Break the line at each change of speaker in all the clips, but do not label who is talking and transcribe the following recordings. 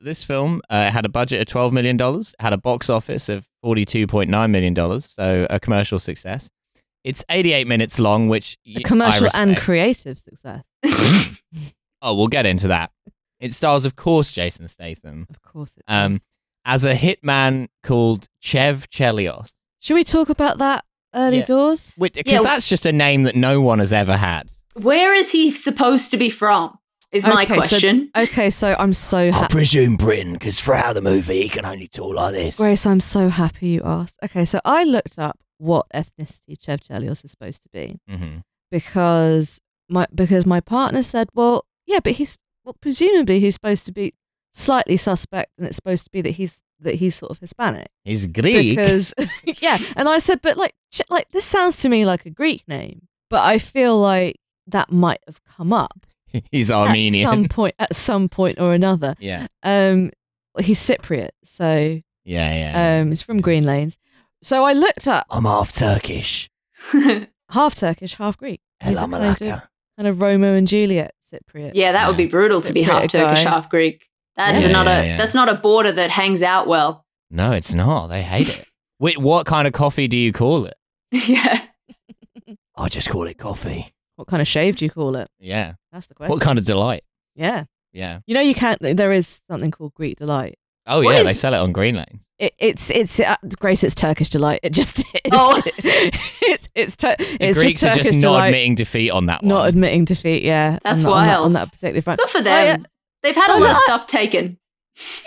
this film uh, had a budget of twelve million dollars, had a box office of forty-two point nine million dollars, so a commercial success. It's eighty-eight minutes long, which
A
y- I
commercial and
respect.
creative success.
oh, we'll get into that. It stars, of course, Jason Statham
Of course it
Um,
does.
as a hitman called Chev Chelios,
Should we talk about that early
Yeah.
doors?
because
Yeah.
that's just a name that no one has ever had.
Where is he supposed to be from? Is my
Okay, so-
question.
Okay, so I'm
Oh,
so happy.
presume Britain, because throughout the movie, he can only talk like this.
Grace, I'm so happy you asked. Okay, so I looked up what ethnicity Chevchelios is supposed to be
hmm
because my because my partner said, well, yeah, but he's well, presumably he's supposed to be slightly suspect, and it's supposed to be that he's that he's sort of Hispanic
He's Greek.
because yeah, and I said, but like Ch- like this sounds to me like a Greek name, but I feel like that might have come up
He's
at
Armenian.
some point at some point or another.
Yeah,
Um, he's Cypriot, so
yeah, yeah.
um, it's from Green Lanes. So I looked up
I'm half Turkish.
half Turkish, half Greek. He's a kind of, kind of Romeo and Juliet Cypriot.
yeah, that would be brutal to be half
Pretty guy.
Turkish, half Greek. That's
Yeah,
not
yeah,
a
yeah.
that's not a border that hangs out well.
No, it's not. They hate it. Wait, what kind of coffee do you call it?
yeah.
I just call it coffee.
What kind of shave do you call it?
Yeah.
That's the question.
What kind of delight?
yeah,
Yeah.
you know you can't. There is something called Greek delight.
Oh
What
yeah,
is-
they sell it on Green Lanes.
It, it's it's uh, Grace. It's Turkish delight. It just is.
Oh.
it's it's tur-
The
it's
Greeks
just
are
Turkish
just not um,
delight.
admitting defeat on that one.
not admitting defeat. Yeah,
That's
on that- on that-
wild.
on that, particular front.
Good for
I, uh,
them. They've had a
I
lot of
like-
stuff taken.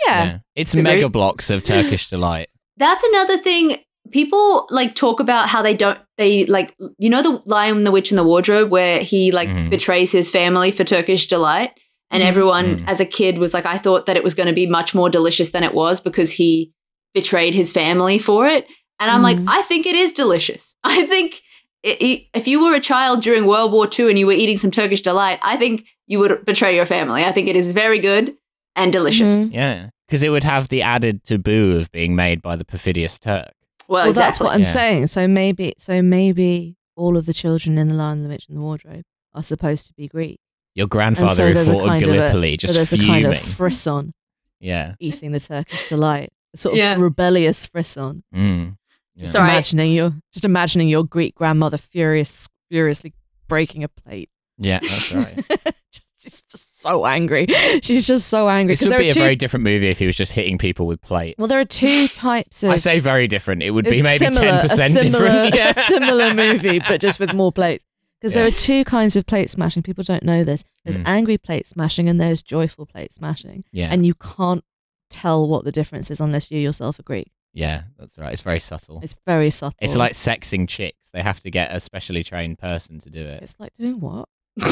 yeah.
It's
The
mega
Greek-
blocks of Turkish delight.
That's another thing. People like talk about how they don't they like you know the Lion the Witch and the Wardrobe where he like
Mhm.
betrays his family for Turkish delight and
Mhm.
everyone
Mhm.
as a kid was like I thought that it was going to be much more delicious than it was because he betrayed his family for it and I'm
Mhm.
like I think it is delicious. I think i i if you were a child during World War II and you were eating some Turkish delight, I think you would betray your family. I think it is very good and delicious.
Mhm.
Yeah. Because it would have the added taboo of being made by the perfidious Turk.
Well,
Well, that's
exactly.
what I'm
Yeah.
saying. So maybe, so maybe all of the children in the Lion, the Witch, and the Wardrobe are supposed to be Greek.
Your
And so
grandfather who
there's a
fought at
kind of a,
Gallipoli
so
just
there's a
fuming.
kind of frisson
yeah.
eating the Turkish delight, a sort of
Yeah.
rebellious frisson.
Mm. Yeah.
Just
Sorry.
imagining your, just imagining your Greek grandmother furious, furiously breaking a plate.
Yeah, that's right.
just, she's just so angry. She's just so angry
This
'Cause
would
there
be
are
a
two.
very different movie if he was just hitting people with plates.
well, there are two types of.
I say very different. It would be
a
maybe
similar-
ten
a
percent
similar,
different.
a similar movie, but just with more plates. Because there
Yeah.
are two kinds of plate smashing. People don't know this. There's
Mm.
angry plate smashing and there's joyful plate smashing,
Yeah,
and you can't tell what the difference is unless you yourself agree.
yeah, that's right. It's very subtle. It's,
It's very subtle.
like sexing chicks. They have to get a specially trained person to do it.
it's like doing what?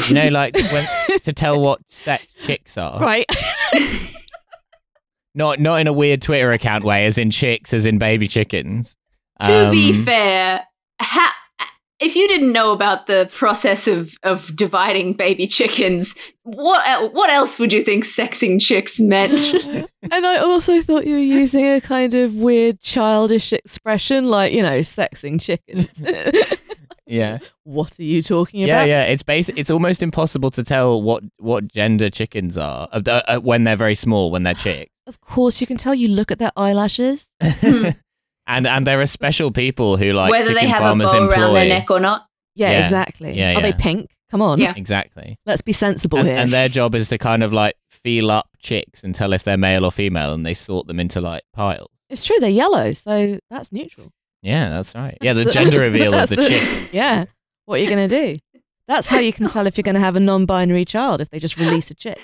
You know, like when, to tell what sex chicks are.
right.
Not not in a weird Twitter account way, as in chicks, as in baby chickens.
To be
Um,
fair, ha- if you didn't know about the process of, of dividing baby chickens, what el- what else would you think sexing chicks meant?
and I also thought you were using a kind of weird childish expression, like you know, sexing chickens.
Yeah,
what are you talking
yeah,
about?
yeah. It's basic. It's almost impossible to tell what what gender chickens are uh, uh, when they're very small, when they're chicks.
Of course, you can tell. You look at their eyelashes.
and and there are special people who like
Whether they
chicken
have a
farmers
bow
employ.
around their neck or not.
Yeah,
Yeah.
exactly.
Yeah,
Are they
yeah.
pink? Come on.
Yeah.
Exactly.
Let's be sensible
And,
here.
and their job is to kind of like feel up chicks and tell if they're male or female, and they sort them into like piles.
it's true, they're yellow, so that's neutral.
Yeah, that's right. yeah, the
That's
gender reveal of
that's
the chick.
Yeah. What are you going to do? That's how you can tell if you're going to have a non binary child if they just release a chick.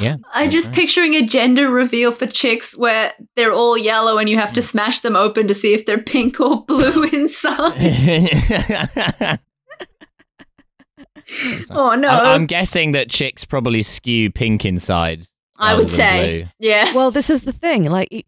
Yeah,
I'm
that's
just
right.
picturing a gender reveal for chicks where they're all yellow and you have to
Mm.
smash them open to see if they're pink or blue inside. Oh no.
I- I'm guessing that chicks probably skew pink inside.
I
rather
would
than
say.
blue.
Yeah.
Well, this is the thing. Like, it-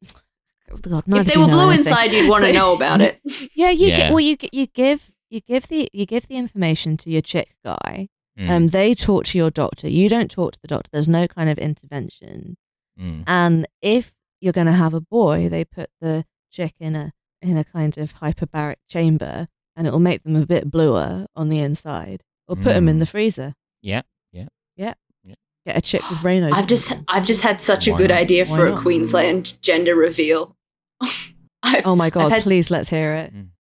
God, neither
if they
do you
were
know
blue
anything.
inside, you'd want to
So-
know about it.
Yeah, you
Yeah.
Get, well, you g- you give you give the you give the information to your chick guy.
Mm,
Um, they talk to your doctor. You don't talk to the doctor. There's no kind of intervention.
mm.
And if you're going to have a boy, they put the chick in a in a kind of hyperbaric chamber, and it will make them a bit bluer on the inside, or put them in
Mm.
the freezer.
Yeah, yeah.
yeah.
Yeah.
Get a chick with Raynaud's.
I've just
syndrome.
I've just had such a
Why
good
not?
idea
Why
for a
not?
Queensland gender reveal. I've,
Oh my god!
had-
please let's hear it.